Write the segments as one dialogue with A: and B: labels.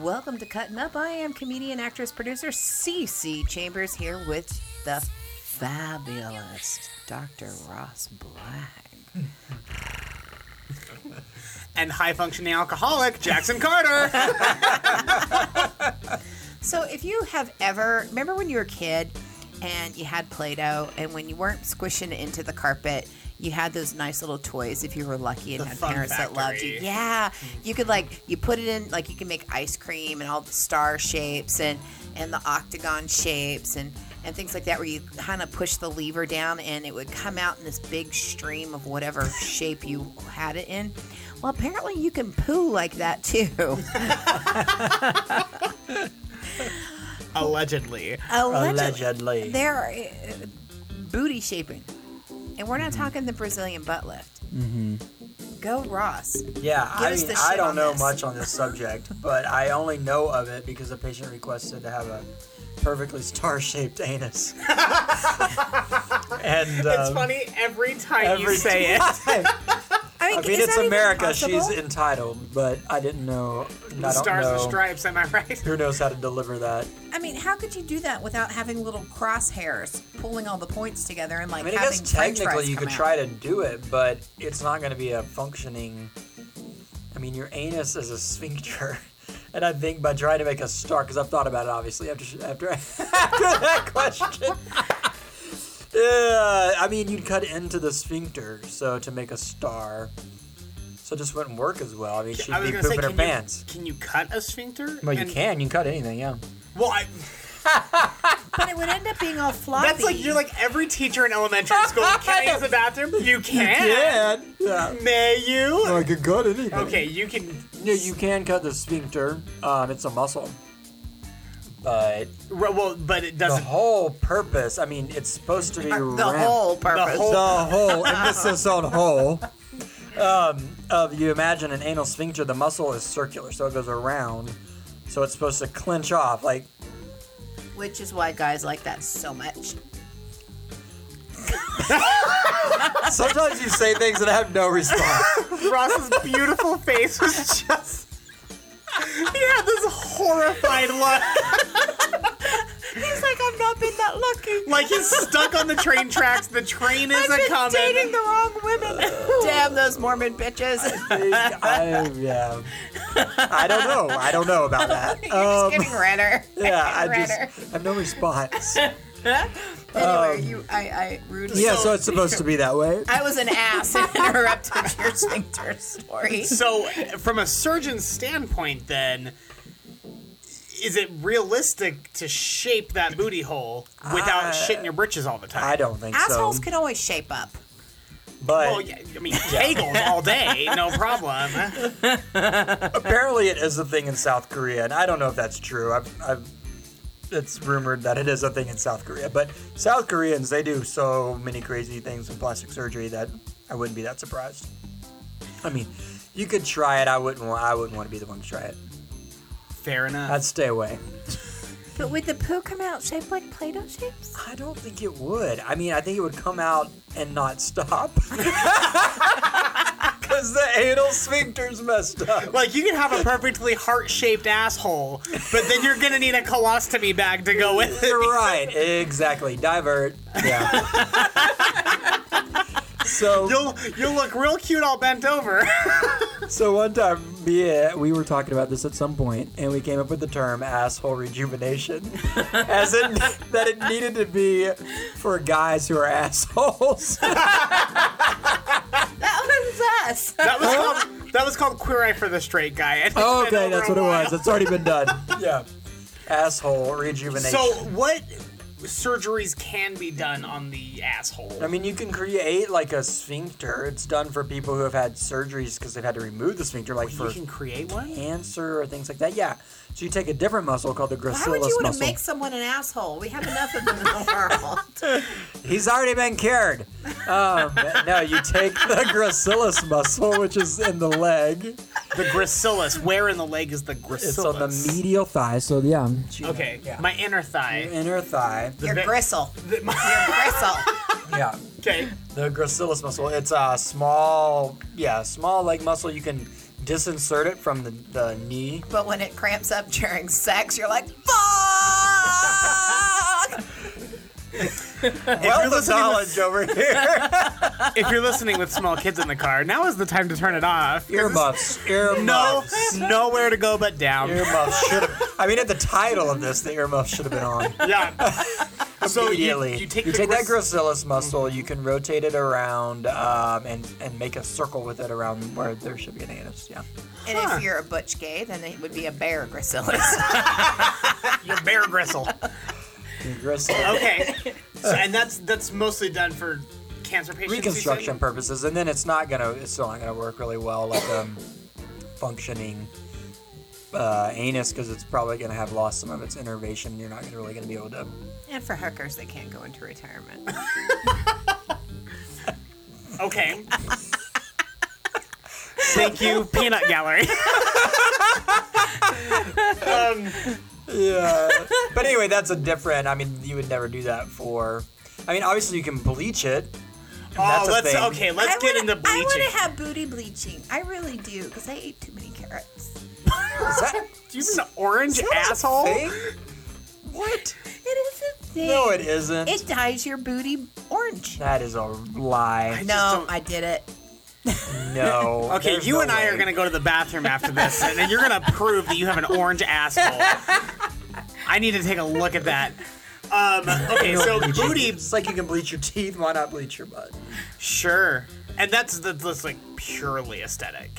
A: Welcome to Cutting Up. I am comedian, actress, producer Cece Chambers here with the fabulous Dr. Ross Black.
B: and high functioning alcoholic Jackson Carter.
A: So, if you have ever, remember when you were a kid and you had Play Doh, and when you weren't squishing it into the carpet, you had those nice little toys if you were lucky and
B: The
A: had
B: Fun
A: parents that loved you.
B: Factory. Mm-hmm.
A: Yeah. You could, like, you put it in, like, you can make ice cream and all the star shapes and, and the octagon shapes and, and things like that, where you kind of push the lever down and it would come out in this big stream of whatever shape you had it in. Well, apparently you can poo like that too.
B: Allegedly.
C: Allegedly.
A: They're uh, booty shaping. And we're not talking the Brazilian butt lift. Mm-hmm. Go Ross.
C: Yeah,
A: Give
C: I
A: us the
C: mean, I
A: shit
C: don't
A: on
C: know
A: this.
C: much on this subject, but I only know of it because a patient requested to have a perfectly star-shaped anus. and
B: It's
C: um,
B: funny every time you
C: every
B: say it.
C: time.
A: I mean,
C: I mean,
A: is
C: it's
A: that even
C: America. She's
A: possible?
C: entitled, but I didn't know. I don't
B: Stars and
C: know.
B: stripes, am I right?
C: Who knows how to deliver that?
A: I mean, how could you do that without having little crosshairs pulling all the points together and like
C: I mean, I
A: having
C: guess
A: French
C: technically
A: fries
C: you
A: come
C: could
A: out?
C: try to do it, but it's not going to be a functioning. I mean, your anus is a sphincter, and I think by trying to make a star, because I've thought about it obviously after after after that question. Yeah, I mean, you'd cut into the sphincter so to make a star, so it just wouldn't work as well. I mean, she'd
B: I was
C: be
B: gonna
C: pooping
B: say,
C: her
B: can you,
C: pants.
B: can you cut a sphincter?
C: Well, you
B: And-
C: can. You can cut anything. Yeah.
B: Well, I,
A: But it would end up being all floppy.
B: that's like you're like every teacher in elementary school. Can I use the bathroom? You can.
C: can. Oh Yeah.
B: May you?
C: I could cut anything.
B: Okay, you can.
C: Yeah, you can cut the sphincter. Um, it's a muscle. But
B: Well, but it
C: the
B: doesn't.
C: whole purpose, I mean, it's supposed to be
A: the
C: round.
A: whole purpose.
B: whole-
C: The whole emphasis on whole. Um, of you imagine an anal sphincter, the muscle is circular, so it goes around. So it's supposed to clench off. Like,
A: Which is why guys like that so much.
C: sometimes you say things and I have no response.
B: Ross's beautiful face was just. He had this horrified look,
A: He's like, I've not been that lucky.
B: like he's stuck on the train tracks. The train isn't
A: I've been
B: coming.
A: dating the wrong women. Damn those Mormon bitches.
C: I, yeah. I don't know. I don't know about that. Oh,
A: You're just getting redder.
C: yeah, I
A: Redder.
C: just I have no response.
A: Anyway, you, I, I rudely.
C: Um, Yeah, so it's supposed to be that way.
A: I was an ass and interrupted your sphincter story.
B: So, from a surgeon's standpoint, then, is it realistic to shape that booty hole without shitting your britches all the time?
C: Uh, I don't think
A: Assholes
C: so.
A: can always shape up.
C: but
B: Well, yeah, I mean, Kegels all day, no problem.
C: apparently, it is a thing in South Korea, and I don't know if that's true. I've, I've it's rumored that it is a thing in South Korea, but South Koreans they do so many crazy things in plastic surgery that I wouldn't be that surprised. I mean, you could try it. I wouldn't. Want, I wouldn't want to be the one to try it.
B: Fair enough.
C: I'd stay away.
A: But would the poo come out shaped like Play-Doh shapes?
C: I don't think it would. I mean, I think it would come out and not stop. Because the anal sphincter's messed up.
B: like you can have a perfectly heart-shaped asshole, but then you're gonna need a colostomy bag to go with it.
C: right, exactly. Divert. Yeah. so
B: You'll you'll look real cute all bent over.
C: so one time, yeah, we were talking about this at some point, and we came up with the term "asshole rejuvenation," as in that it needed to be for guys who are assholes.
A: That was us.
B: That was called that was called queer eye for the straight guy. and it's
C: oh,
B: been
C: okay,
B: over
C: that's
B: a
C: what it was.
B: while.
C: It's already been done. Yeah. Asshole rejuvenation.
B: So what surgeries can be done on the asshole?
C: I mean, you can create like a sphincter. It's done for people who have had surgeries because they've had to remove the sphincter, like
B: you
C: for
B: can create one.
C: cancer or things like that. Yeah. So you take a different muscle called the
A: Why would
C: gracilis
A: you want to
C: muscle.
A: make someone an asshole? We have enough of them in the world.
C: He's already been cured. Um, no, you take the gracilis muscle, which is in the leg.
B: The gracilis. Where in the leg is the gracilis?
C: It's on the medial thigh. So yeah. she-
B: Okay,
C: Yeah.
B: my inner thigh.
C: inner thigh.
A: Your
B: bit-
A: gristle.
B: The- my-
A: Your gristle.
C: Yeah.
B: okay.
C: The gracilis muscle. It's a small, yeah, small leg muscle. You can disinsert it from the, the knee.
A: But when it cramps up during sex, you're like, fuck!
C: Well, the
B: listening to-
C: knowledge over here.
B: If you're listening with small kids in the car, now is the time to turn it off.
C: Earmuffs.
B: No,
C: Earmuffs.
B: nowhere to go but down.
C: Earmuffs should have. I mean, at the title of this, the earmuffs should have been on
B: Yeah. so you,
C: immediately.
B: you take, the
C: that
B: gris-
C: gracilis muscle, you can rotate it around um, and and make a circle with it around where there should be an anus. Yeah.
A: And
B: Huh.
A: if you're a butch gay, then it would be a bear gracilis.
B: your bear gristle.
C: Gracilis.
B: Okay. So, and that's that's mostly done for cancer patients. you said?
C: Reconstruction purposes, and then it's not gonna. It's still not gonna work really well like um, functioning. Uh, anus because it's probably going to have lost some of its innervation. You're not gonna really going to be able to
A: and for hookers, they can't go into retirement.
B: Okay. Thank you, Peanut Gallery.
C: Yeah. but anyway, that's a different. I mean, you would never do that for. I mean, obviously you can bleach it.
B: oh,
C: That's a
B: let's
C: thing.
B: okay. Let's
A: I
B: get
A: wanna-
B: into
A: I want
B: bleaching.
A: to have booty bleaching. I really do, because I ate too many carrots.
C: Is that,
B: Do you mean an orange
C: is that a
B: asshole?
C: thing? What?
A: It is a thing.
C: No, it isn't.
A: It dyes your booty orange.
C: that is a lie.
B: just
A: No,
B: don't-
A: I did it.
C: No.
B: Okay,
C: There's
B: you
C: no
B: and I are
C: way.
B: gonna go to the bathroom after this, and then you're gonna prove that you have an orange asshole. I need to take a look at that. Um, okay, so booty,
C: It's like you can bleach your teeth. Why not bleach your butt?
B: sure, and that's the, that's like purely aesthetic.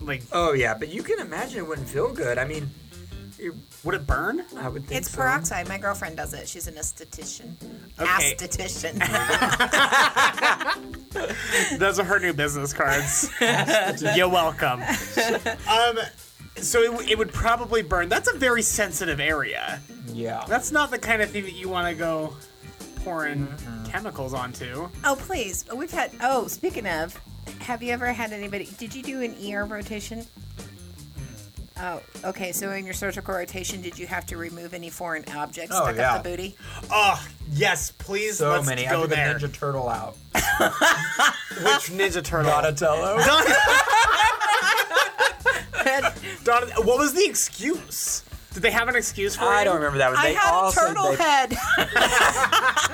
B: Like,
C: Oh yeah, but you can imagine it wouldn't feel good. I mean, you-
B: would it burn?
C: I would think
A: It's
C: so.
A: peroxide. My girlfriend does it. She's an esthetician.
B: Okay.
A: Aesthetician.
B: Those are her new business cards. You're welcome. Um, so it, w- it would probably burn. That's a very sensitive area.
C: Yeah.
B: That's not the kind of thing that you want to go pouring chemicals onto.
A: oh, please. We've had. Oh, speaking of, have you ever had anybody? Did you do an ER rotation? Oh, okay. So in your surgical rotation, did you have to remove any foreign objects
C: Oh,
A: stuck
C: yeah.
A: up the booty?
B: Oh, yes, please.
C: So
B: let's
C: many. I
B: go
C: took a
B: there.
C: Ninja Turtle out.
B: Which Ninja Turtle?
C: Donatello.
B: Don- Don- what was the excuse? Did they have an excuse for
C: I
B: it?
C: don't remember that. But
A: I
C: they
A: had a
C: also,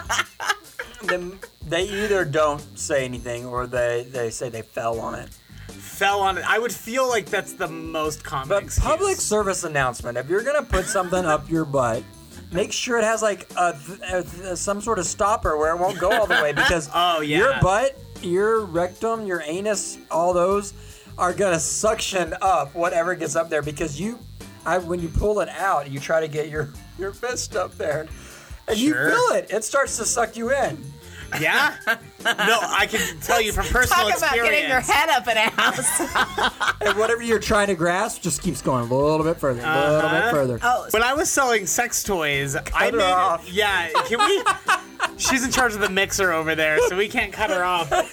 A: turtle head.
C: they them they either don't say anything or they, they say they fell on it.
B: Fell on it. I would feel like that's the most common
C: But
B: excuse.
C: public service announcement: if you're gonna put something up your butt, make sure it has like a, th- a, th- some sort of stopper where it won't go all the way because
B: Oh, yeah.
C: your butt, your rectum, your anus, all those are gonna suction up whatever gets up there because you, I, when you pull it out, you try to get your your fist up there. And
B: Sure.
C: you feel it. It starts to suck you in.
B: Yeah? No, I can tell you from personal
A: Talk about
B: experience.
A: getting your head up in a house.
C: And whatever you're trying to grasp just keeps going a little bit further, a little bit
B: Uh-huh.
C: further.
A: Oh,
B: When I was selling sex toys, I
C: her
B: made
C: off.
B: yeah. Can we? She's in charge of the mixer over there, so we can't cut her off. But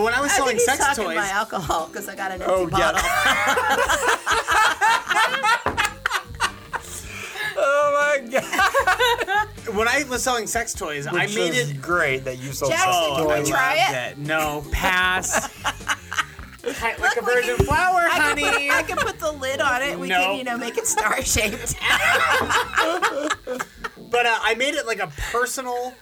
B: when I was
A: I
B: selling
A: think he's
B: sex
A: talking
B: toys,
A: my alcohol because I got an empty
C: Oh, yeah.
A: bottle.
C: Oh my god!
B: when I was selling sex toys, I
C: Which
B: made
C: is
B: it.
C: great that you sold
A: Jackson,
C: sex
A: can
B: Oh,
A: we
B: I
C: toys.
A: try-
B: loved
A: it?
B: No, pass. Cut like a
A: Look, we
B: virgin
A: can-
B: flower,
A: I
B: honey.
A: can, put, I can put the lid on it. We
B: No.
A: can, you know, make it star shaped.
B: But uh, I made it like a personal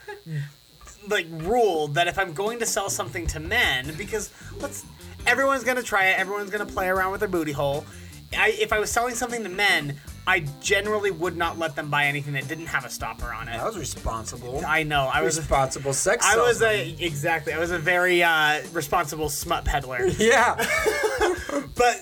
B: like rule that if I'm going to sell something to men, because let's everyone's gonna try it, everyone's gonna play around with their booty hole. I, if I was selling something to men, I generally would not let them buy anything that didn't have a stopper on it.
C: was responsible.
B: I know. I was.
C: responsible sex.
B: I was
C: salesman.
B: a exactly. I was a very uh, responsible smut peddler.
C: yeah.
B: But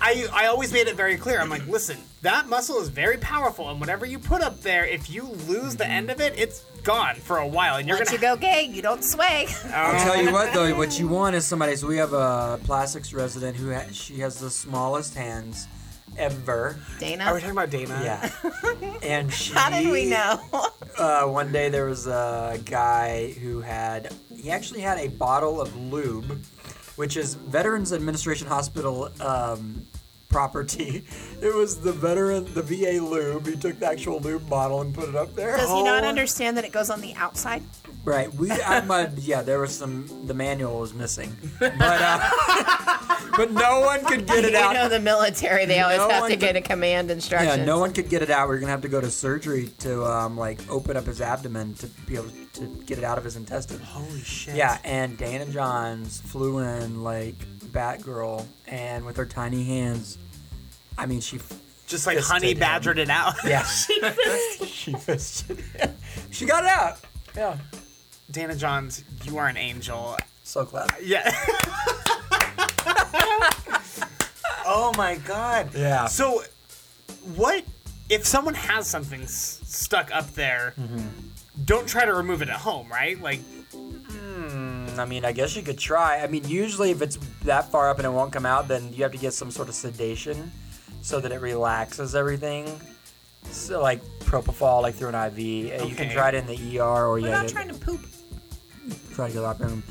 B: I I always made it very clear. I'm like, listen, that muscle is very powerful, and whatever you put up there, if you lose the end of it, it's gone for a while, and you're
A: Once
B: gonna
A: you go gay, you don't sway.
C: I'll tell you what
B: Um,
C: though, what you want is somebody. So we have a plastics resident who ha- she has the smallest hands ever.
B: Are we
A: Dana,
B: talking about Dana?
C: Yeah. And she.
A: how did we know?
C: Uh, one day there was a guy who had he actually had a bottle of lube, which is Veterans Administration Hospital um, property. It was the veteran, the VA lube. He took the actual lube bottle and put it up there.
A: Does he not
B: Oh.
A: understand that it goes on the outside?
C: Right. We, I'm, uh, yeah, there was some, the manual was missing. But, uh, but no one could get it
A: You know
C: out.
A: the military; they always
C: No
A: have to
C: one-
A: get a command
C: Yeah,
A: instruction.
C: no one could get it out. We were going to have to go to surgery to, um, like, open up his abdomen to be able to get it out of his intestines.
B: Holy shit.
C: Yeah, and Dana Johns flew in, like, Batgirl, and with her tiny hands, I mean, she
B: Just like
C: Fisted
B: honey
C: him.
B: badgered it out.
C: Yeah. she fisted. She fisted. she got it out. Yeah.
B: Dana Johns, you are an angel.
C: So glad.
B: Yeah. oh my god.
C: Yeah.
B: So, what if someone has something s- stuck up there?
C: Mm-hmm.
B: Don't try to remove it at home, right? Like,
C: Mm, I mean, I guess you could try. I mean, usually if it's that far up and it won't come out, then you have to get some sort of sedation so that it relaxes everything. So like propofol, like through an IV. Uh, You can
B: Okay.
C: try it in the ER or you
A: We're
C: have
A: not trying to poop.
C: try to go to the operating room.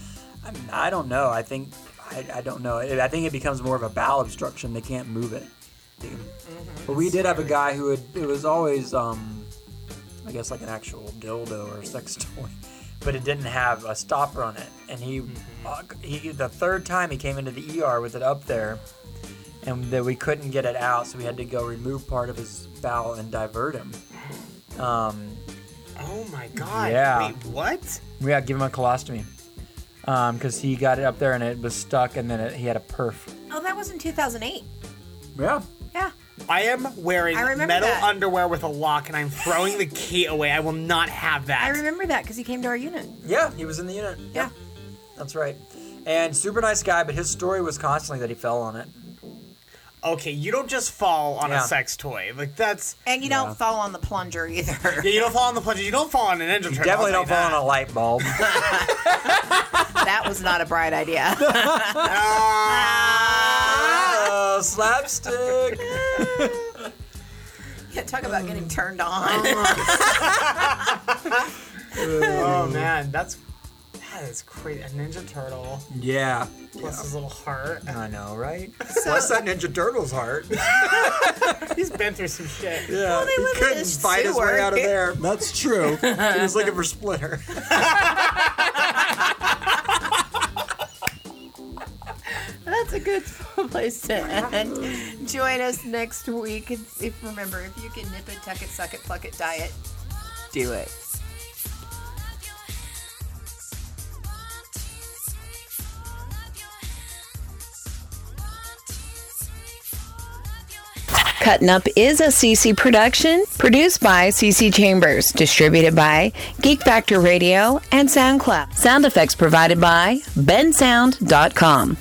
C: I mean, I don't know. I think I, I don't know. It- I think it becomes more of a bowel obstruction. They can't move it. Dude. But we did have a guy who would. It was always, um, I guess, like an actual dildo or sex toy, but it didn't have a stopper on it. And he, uh, he, the third time he came into the ER with it up there, and that we couldn't get it out, so we had to go remove part of his bowel and divert him. Um,
B: oh my god.
C: Yeah.
B: Wait, what?
C: yeah, give him a colostomy. Because he got it up there and it was stuck, and then it, he had a perf.
A: Oh, that was in 2008.
C: Yeah.
A: Yeah.
B: I am wearing
A: I remember
B: metal
A: that.
B: underwear with a lock, and I'm throwing the key away. I will not have that.
A: I remember that because he came to our unit.
C: Yeah, he was in the unit.
A: Yeah.
C: that's right. And super nice guy, but his story was constantly that he fell on it.
B: Okay, you don't just fall on
C: Yeah.
B: a sex toy. Like that's
A: And you
C: Yeah.
A: don't fall on the plunger either.
B: yeah, you don't fall on the plunger. You don't fall on an engine.
C: You definitely don't fall on a light bulb.
A: that was not a bright idea.
B: Ah.
C: oh, slapstick.
A: yeah, talk about getting turned on.
B: Oh man, that's that is crazy. A Ninja Turtle
C: Yeah.
B: plus his little heart.
C: I know, right?
A: So-
C: Bless that Ninja Turtle's heart.
B: He's been through some shit.
C: Yeah,
A: they
C: he
A: live in
C: couldn't
A: a
C: fight his way
A: sewer.
C: out of there. That's true. he was looking for Splinter.
A: That's a good place to end. Join us next week. If if- remember, if you can nip it, tuck it, suck it, pluck it, diet, do it. Cutting Up is a CC production produced by CC Chambers, distributed by Geek Factor Radio and SoundCloud. Sound effects provided by bensound.com.